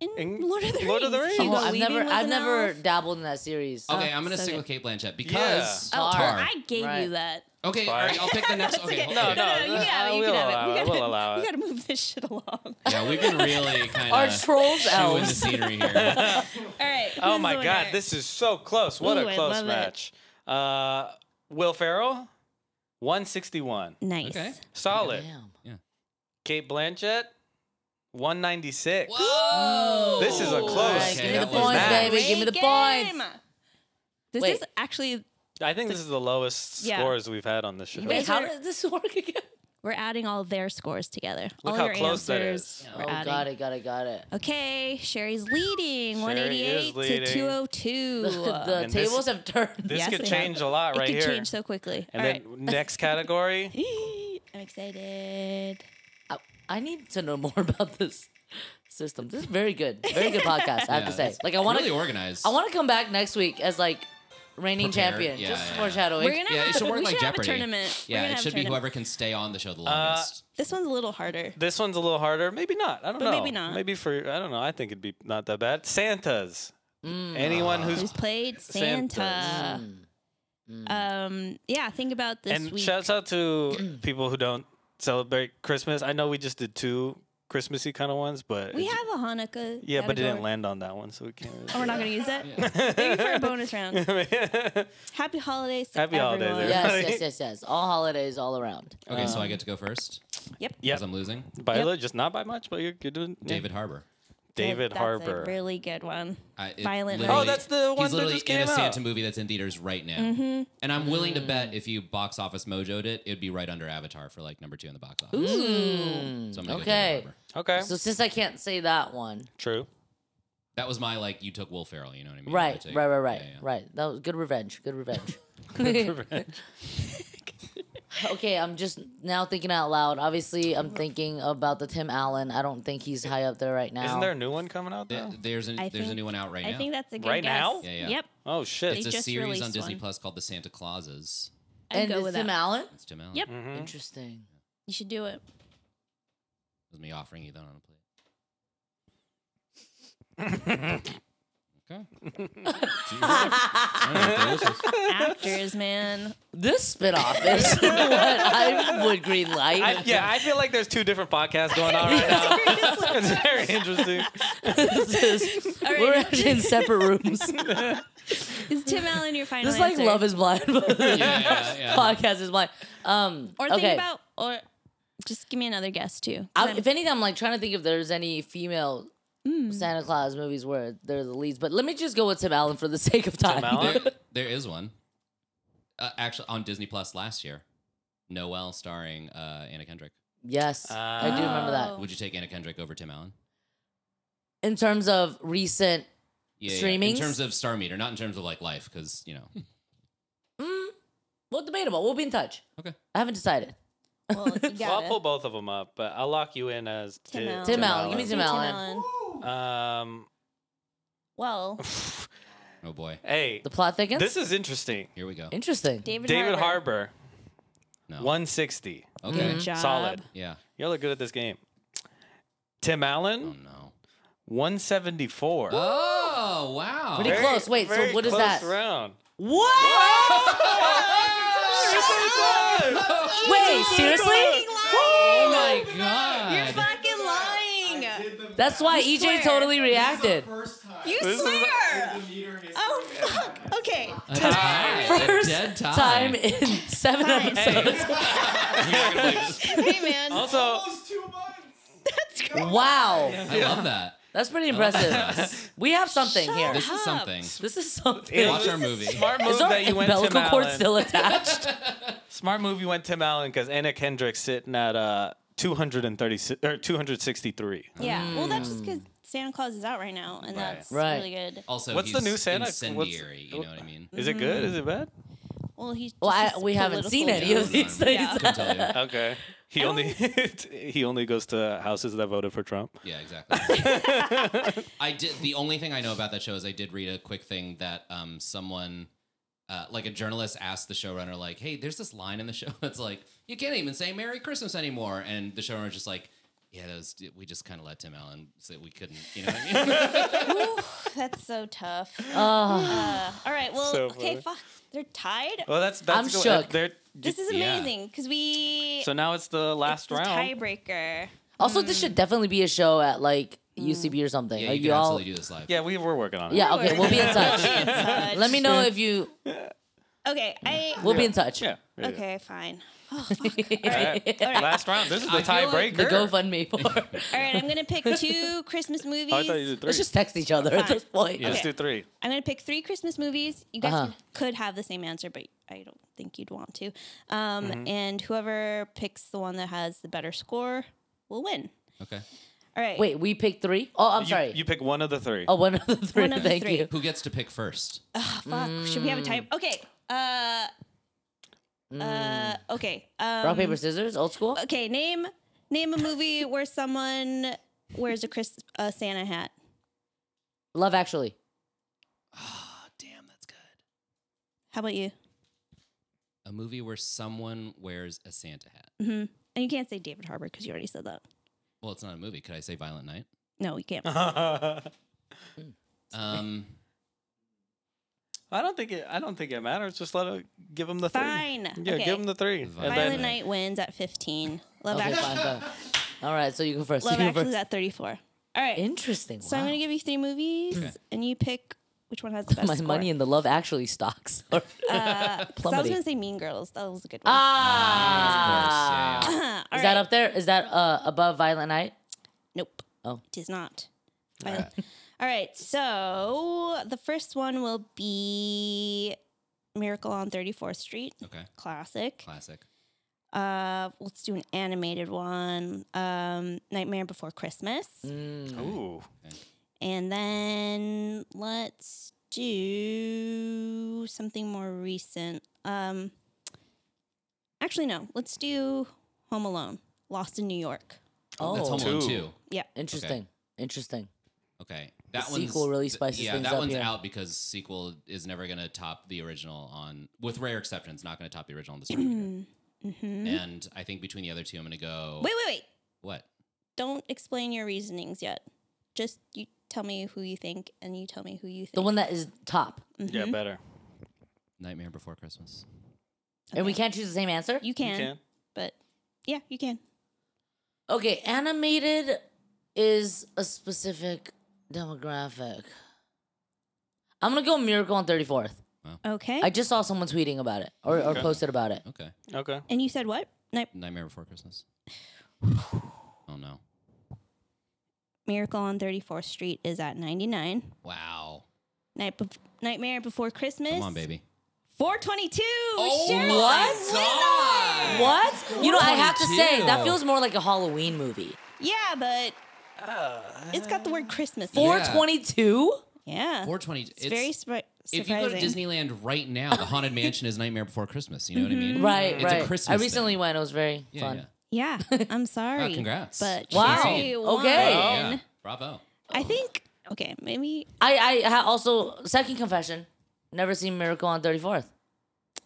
in, In Lord of the Rings. Lord of the Rings. Hugo Oh, I've Weaving never was I've an never elf. dabbled in that series. Okay, I'm gonna so stick good. with Kate Blanchett because Oh, Tar. I gave Right. you that. Okay, all right, I'll pick the next. Okay, hold No, on. no, No, no, you uh, can have it. You we'll can have it. allow We it, gotta, we'll allow we it. gotta move this shit along. Yeah, we've been really Are kind of trolls doing the elves? scenery here. All right. Oh my God, this is so close. What Ooh, a I close love it. match. Uh, Will Ferrell, 161, nice. Okay. solid. Damn. Kate Blanchett, 196. Oh. Whoa! This is a close. All Okay, right, give me the that was points, nice. baby. Give me the Great points. game. This Wait. is actually I think this is the lowest Yeah. scores we've had on this show. Wait, Those how are- does this work again? we're adding all their scores together. Look all how your close that answers. is. We're Oh, adding. got it, got it, got it. Okay, Sherry's leading Sherry is 188 leading. to 202. the And this- tables have turned. This Yes, could they have. change a lot it right could here. change so quickly. and All then next category. right. I'm excited. I, I need to know more about this system. This is very good, very good podcast. I have Yeah, to say, it's like, I want to, really organized. I want to come back next week as like reigning Prepared, champion. yeah, just yeah. foreshadowing. We're gonna Yeah, it have, should work we like should have a Jeopardy. tournament. We're yeah, gonna it have should a be tournament. whoever can stay on the show Uh, the longest. This one's a little harder. This one's a little harder. Maybe not. I don't But know. maybe not. Maybe for I don't know. I think it'd be not that bad. Santas Mm. Anyone who's Who's played Santas. Santa? Mm. Um, yeah, think about this Mm. and week. shouts out to people who don't celebrate Christmas. I know we just did two Christmassy kind of ones, but we it's- have a Hanukkah. yeah, but it didn't category. land on that one, so we can't. Really Oh, we're not gonna use that. Maybe for a bonus round. Happy holidays. To Happy holidays, everyone. everybody. Yes, yes, yes, yes. All holidays, all around. Okay, so I Um, get to go first Yep. Yep. because I'm losing. by Yep. a little, just not by much, but you're, you're doing yeah. David Harbor. David That's Harbor. a really good one. I, it Violent literally- Oh, that's the one He's that literally just in came a Santa out. Mm. movie that's in theaters right now. Mm-hmm. And I'm willing to bet if you box office mojoed it, it'd be right under Avatar for like number two in the box office. Mm. So I'm gonna go David Okay. Harbour. okay, So since I can't say that one, true. That was my like you took Will Ferrell. You know what I mean? I right, take- right, right, right, yeah, yeah. right. That was good revenge. Good revenge. okay, I'm just now thinking out loud. Obviously, I'm thinking about the Tim Allen. I don't think he's high up there right now. Isn't there a new one coming out Th- though? There's a I there's a think- new one out right I now. think that's a good Right guess. now? Yeah, yeah. Yep. Oh shit! it's they a just series on released Disney one. Plus called The Santa Clauses. I'd And go it's with Tim that. Allen? That's Tim Allen. Yep. It Interesting. You should do it. was me offering you that on a plate. okay. Dude, alright, delicious. Actors, man. This spinoff is what I would green light. I, yeah, I feel like there's two different podcasts going on right now. it's very interesting. This is- All we're right. actually in separate rooms. This Is Tim Allen your final is like answer? Love is Blind. Yeah, yeah, yeah. Podcast is blind. Um, Or okay. think about, or just give me another guess too. 'cause I, I'm- if anything, I'm like trying to think if there's any female Mm. Santa Claus movies where they're the leads. But let me just go with Tim Allen for the sake of time. Allen? there, there is one. Uh, actually, on Disney Plus last year, Noel starring uh, Anna Kendrick. Yes, I do remember that. Oh. Would you take Anna Kendrick over Tim Allen? In terms of recent, Yeah, Streamings? In terms of star meter, not in terms of like life, because you know. mm, well, debatable. We'll be in touch. Okay. I haven't decided. well, you got Well, I'll it. pull both of them up, but I'll lock you in as Ti- Tim Allen. Tim Allen. Give me Tim Tim Allen. Allen. Um, Well, Oh boy, hey, The plot thickens. this is interesting. here we go. Interesting. David, David Harbour. Harbor, No. 160. Mm-hmm. Okay. Good job. Mm-hmm. Solid. Yeah. Y'all are good at this game. Tim Oh Allen, no. 174. Oh wow. Pretty close. Wait, so very what is close that? round. What? Wait, seriously? Oh my god. You're fucking I lying. did the That's why EJ swear. totally math. This reacted. is the first time. You This is- swear. the meter history. Oh fuck. Okay. A tie. A First dead tie. time in seven Fine. episodes. Hey man. Also, Almost two months. Wow, I love that. that's pretty I love impressive. that. We have something here. This is Up. something. This is something. Yeah. Watch our movie. smart move Is our that you went Tim umbilical cord Allen. still attached? smart move you went Tim Allen because Anna Kendrick's sitting at uh 236 or 263. yeah. Well, that's just because Santa Claus is out right now, and Mm. Right. that's Right. really good. Also, What's the he's new Santa? What's- Incendiary. you know what I mean? Is it good? Is it bad? Well, he's. well, just I, we haven't seen political any of joke. these Yeah. things. Couldn't tell you. Okay. He only he only goes to houses that voted for Trump. Yeah, exactly. I did. The only thing I know about that show is I did read a quick thing that um, someone, uh, like a journalist, asked the showrunner, like, "Hey, there's this line in the show that's like, you can't even say Merry Christmas anymore," and the showrunner's just like, "Yeah, those we just kind of let Tim Allen say we couldn't, you know what I mean?" That's so tough. Oh, Uh, all right. Well, So okay. funny. Oh, Fuck. They're tied. Well, that's that's I'm good. shook. They're- This is yeah. amazing because we. so now it's the last it's the round. tiebreaker. also, this should definitely be a show at like Mm. UCB or something. yeah, like you can all, absolutely do this live. yeah, we we're working on it. yeah. Okay, we'll be in touch. Be in touch. Let me know if you. Okay. I. We'll be in touch. Yeah. there you go. Okay. Fine. Oh, All right. Last round. This is the I feel like tiebreaker. the The GoFundMe for. All right. I'm gonna pick two Christmas movies. Oh, I thought you did three. Let's just text each other at Fine. this point. Let's Okay. do three. I'm gonna pick three Christmas movies. You guys Uh-huh. could have the same answer, but I don't think you'd want to. Um, Mm-hmm. And whoever picks the one that has the better score will win. Okay. All right. Wait, we picked three? Oh, I'm You, sorry. you pick one of the three. oh, one of the three. One of the Thank three. you. Who gets to pick first? Oh, fuck. Should Mm. we have a time? Okay. Uh. Mm. Uh. Okay. Um, uh, Rock, paper, scissors, old school? Okay. Name name a movie where someone wears a Chris a Santa hat. Love actually. Oh, damn, that's good. How about you? A movie where someone wears a Santa hat. And you can't say David Harbor because you already said that. Well, it's not a movie. Could I say Violent Night? No, you can't. Um, I don't think it. I don't think it matters. Just let it. Give him the three. Fine. Yeah, Okay. give him the three. And Violent Violent then- Night wins at 15. Love Okay, Actually, fine, fine. All right, so you go first. Love you go Actually's first. at 34. All right. Interesting. so I'm wow. gonna give you three movies, and you pick which one has the best my score. money in the Love Actually stocks. uh, 'cause I was plummeted. gonna say Mean Girls. That was a good one. ah, Of course, yeah. All is that right. up there? Is that uh, above Violent Night? Nope. Oh. It is not. All right. All right. So the first one will be Miracle on 34th Street. Okay. Classic. Classic. Uh, let's do an animated one. Um, Nightmare Before Christmas. Ooh. And then let's do something more recent. Um, actually, no. Let's do Home Alone, Lost in New York. Oh, That's Home Alone Two. two. Yeah. interesting. Interesting. Okay, that The one's sequel really th- spices yeah, things that up one's here. out because sequel is never gonna top the original on, with rare exceptions, not gonna top the original on the stream. Mm-hmm. And I think between the other two, I'm gonna go. Mm-hmm. Wait, wait, wait. What? Don't explain your reasonings yet. Just you tell me who you think, and you tell me who you think. Mm-hmm. The one that is top, Yeah, better. Nightmare Before Christmas. and we can't choose the same answer. you can, can. but yeah, you can. Okay, animated is a specific demographic. I'm gonna go Miracle on 34th. Okay. I just saw someone tweeting about it or, or posted about it. Okay, Okay. and you said what? Night Nightmare Before Christmas. Oh no! Miracle on 34th Street is at 99. Wow. Night bef- Nightmare Before Christmas. Come on, baby. Oh 422. Oh Cheryl Lynn. God! What? You know, I have to say 22. that feels more like a Halloween movie. Yeah, but Uh, it's got the word Christmas. in it. 422. Mm-hmm. Yeah. 420. It's, very spri- If you go to surprising. Disneyland right now, the Haunted Mansion is Nightmare Before Christmas. You know what I mean? Mm-hmm. Right, It's a right. Christmas I recently thing. went. It was very Yeah, fun. yeah. Yeah, I'm sorry. Oh, congrats. But Wow. Sherry Okay. won. Yeah. Oh, Yeah. Bravo. I think, okay, maybe I I ha- also second confession. Never seen Miracle on 34th.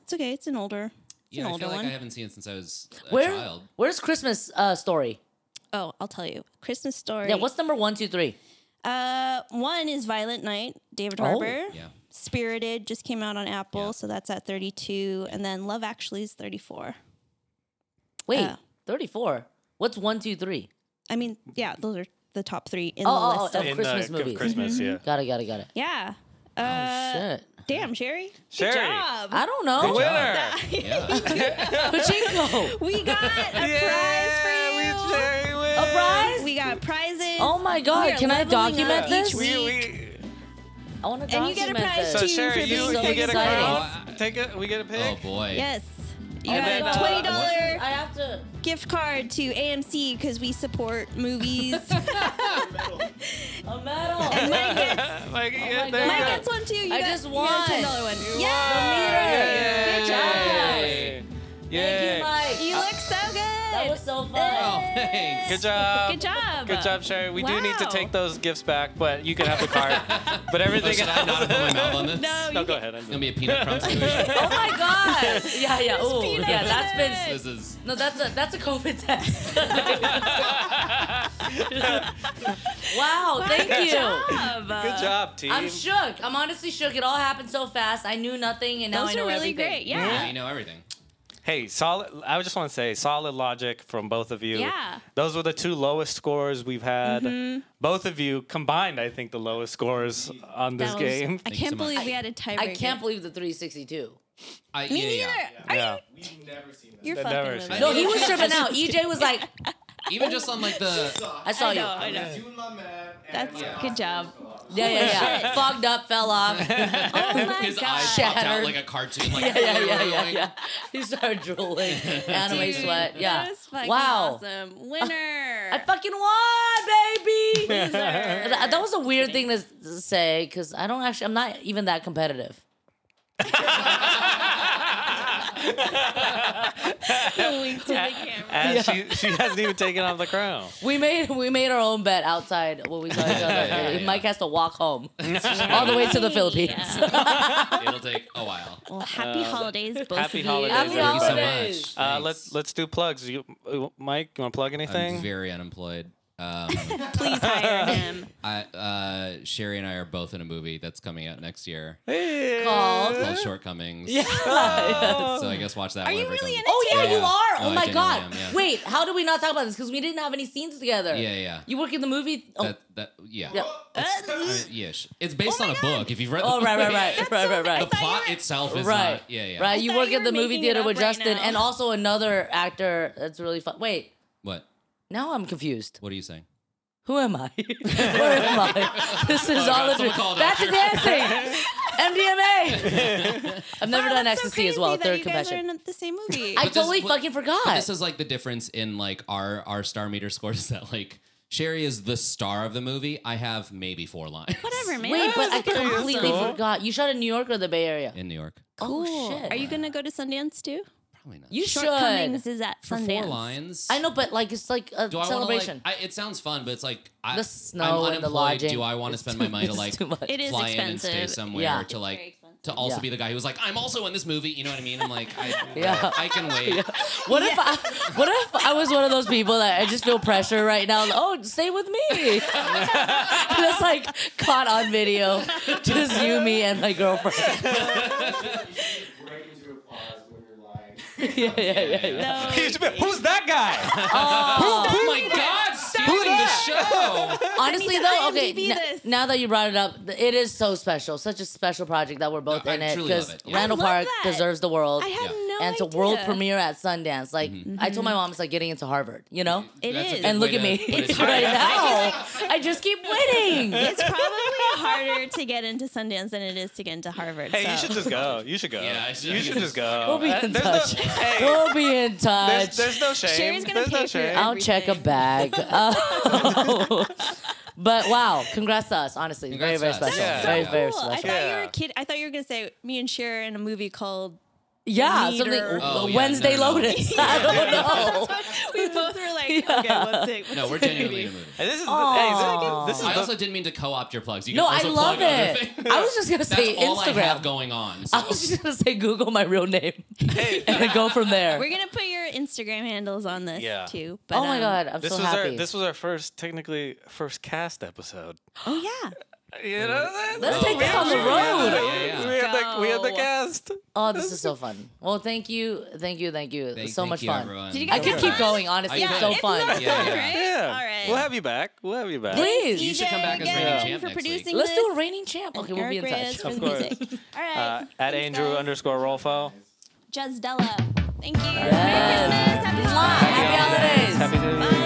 it's okay. It's an older, it's Yeah, an I older feel like one. I haven't seen it since I was a Where child. Where's Christmas uh, story? oh, I'll tell you. Christmas story. Yeah, what's number one, two, three? uh one is Violent Night, David Oh. Harbour. Yeah. Spirited just came out on Apple, Yeah. so that's at 32, and then Love Actually is 34. Wait, Uh. 34. What's one, two, three? I mean, yeah, those are the top three in Oh, oh, the list of. oh, okay. In Christmas the, of movies. Christmas, Mm-hmm. yeah. Got it, got it, got it. Yeah. Uh, Oh, Shit. Damn, Sherry. Sherry. Good job. I don't The know. winner. Yeah. Pachinko. we got a prize for you. Yeah, we- Sherry wins. A prize? We got prizes. Oh my We are god, can I leveling document up this? each week. We, I want to And you document get a prize so this. Two for Sherry, being you, so you get a exciting. crown. Take it. We get a pick. oh boy. Yes. You And then, got uh, a twenty dollar I have to. gift card to AMC because we support movies. A medal. Mike gets, Like, yeah, my there God. you go. Mike gets one too. You I got, just you got a ten dollar one. Yeah. Good job. Yay. Thank you, Mike. You look so good. That was so Oh, fun. thanks. Good job. Good job. Good job, Sherry. We do need to Wow. take those gifts back, but you can have the card. but Oh, everything should I not have put my mouth on this? No, It's you No, go can- ahead. I'm gonna be a peanut crumb situation. Oh my god. Yeah, yeah. Ooh, peanuts yeah, in that's been. it. this is No, that's a that's a COVID test. wow, thank you. Good job, team. I'm shook. I'm honestly shook. It all happened so fast. I knew nothing, and now Those I know are really everything. great. yeah, Yeah. you know everything. Hey, solid. I just want to say solid logic from both of you. Yeah. Mm-hmm. Those were the two lowest scores we've had. Both of you combined, I think, the lowest scores on this That was- game. I you so can't much. believe we had a tiebreaker. I can't believe the 362. I, Me yeah, neither. yeah. Are yeah. We've never seen you? that. You're That fucking. never with seen me. No, he was tripping out. EJ was like, Even just on like the Oh "I saw I you." know. I know. Doing my math. and That's my good eyes job. fell off. Yeah, yeah, yeah. Fogged up, fell off. yeah, Oh my his god. eyes popped out Shattered. like a cartoon. Like yeah, yeah, yeah, yeah. He started drooling. Anime Dude, sweat. Yeah. That was fucking wow. awesome. Winner. I fucking won, baby. Loser. That, that was a weird thing to s- say because I don't actually. I'm not even that competitive. The wink to the camera. And she, she hasn't even taken off the crown. We made we made our own bet outside when we saw each other. Yeah, yeah, Mike has to walk home yeah. all the way to the Philippines. It'll take a while. Well, Oh, Uh, happy holidays, both happy of you. holidays, Happy Thank you so holidays. much. Uh, Thanks. let's let's do plugs. You, uh, Mike, you want to plug I'm anything? very unemployed. Um, Please hire him. I, uh, Sherry and I are both in a movie that's coming out next year Hey. Called- called Shortcomings. Yeah. Uh, So I guess watch that. Are you whenever it really in comes- it? Oh yeah, Yeah. you are. No, oh I my genuinely god. am, yeah. Wait, how did we not talk about this? Because we didn't have any scenes together. Yeah, yeah. You work in the movie. Oh, That, that, yeah. yeah. I mean, yeah, sh- it's based on a book. If you've read, oh the right, right, book, right, right, right, The right. thought you plot were- itself is Right, not. Yeah, yeah. right. I You thought work you at the were movie making it theater up with right Justin, now. and also another actor that's really fun. Wait, What? now I'm confused. What are you saying? Who am I? Where am I? This is Oh God, all a someone dream. called That's out a dancing. MDMA. I've never Wow, done that's so ecstasy as crazy well. that Third you confession. Guys are in the same movie. I But this- totally but- fucking forgot. But this is like the difference in like our our star meter scores is that like Sherry is the star of the movie. I have maybe four lines. Whatever, man. Wait, That but was I pretty completely awesome. cool. forgot. You shot in New York or the Bay Area? in New York. Cool. Cool. shit. Are you gonna go to Sundance too? Probably not. You should. Shortcomings is at for Sundance. four lines. I know, but like it's like a Do I celebration. Wanna, like, I, it sounds fun, but it's like I, the snow I'm and the unemployed. lodging. Do I want to It's spend too- my money to it's like too much. It is fly in and expensive. stay somewhere Yeah. to like to expensive. also Yeah. be the guy who's like I'm also in this movie. You know what I mean? I'm like I, Yeah. I can wait. What if I? What if I was one of those people that I just feel pressure right now? like, oh, stay with me. That's like caught on video. Just you, me, and my girlfriend. break into applause when you're lying. yeah, yeah, yeah. yeah. Uh, No. Who's that guy? Oh my God! Stealing the show. Honestly, to though, okay. IMDb n- this. now that you brought it up, th- it is so special. Such a special project that we're both No, I in it truly love because it, yeah. I Randall love Park that. deserves the world. I had Yeah. no and it's a idea. world premiere at Sundance. Like I told my mom, it's like getting into Harvard, you know. It That's a is. good and look Mm-hmm. way at to me put it. right now. I just keep winning. It's probably harder to get into Sundance than it is to get into Harvard. Hey, so. you should just go. You should go. Yeah, I should- you should just go. We'll be Uh, in there's touch. No, hey, We'll be in touch. there's, there's no shame. Sherry's gonna there's pay no for it. shame. I'll check a bag. Oh. but wow, congrats to us. Honestly, Congrats very very to us. special. That's so very very cool. special. I thought you were Yeah. a kid. I thought you were gonna say me and Cher in a movie called. Yeah, Meter. something Oh, yeah, Wednesday no, no. Lotus. I don't know. We both were like, okay, what's it? What's No, we're it? genuinely in a movie. And this is Aw. the, hey, this is I the, also didn't mean to co-opt your plugs. You can No, I also love plug other it. things. I was just gonna That's say all I have Instagram. going on. so- I was just gonna say Google my real name and then go from there. We're gonna put your Instagram handles on this Yeah. too. But, oh my um, god, I'm this so was our happy. this was our first technically first cast episode. Oh yeah. You know that? Oh. Let's take this on the road. Yeah, yeah, yeah. We had the we had the Go. cast. oh, this is so fun. Well, thank you, thank you, thank you. Thank- so thank much you, fun. everyone. Did you I guys could have keep fun? going. Honestly, I it's could. so It's fun. It's so Yeah, fun, yeah. right? Yeah. All right. We'll have you back. We'll have you back. Please, You should come back as Again, Raymond Champ for next week. producing let's this. do a reigning champ. Okay, we'll be in Eric Reyes for the touch. Of course. music. All right. Uh, at Thanks, Andrew guys. underscore Rolfo. Jazdella. Thank you. Merry Yes. Christmas. Happy holidays. Happy holidays. Happy New Year.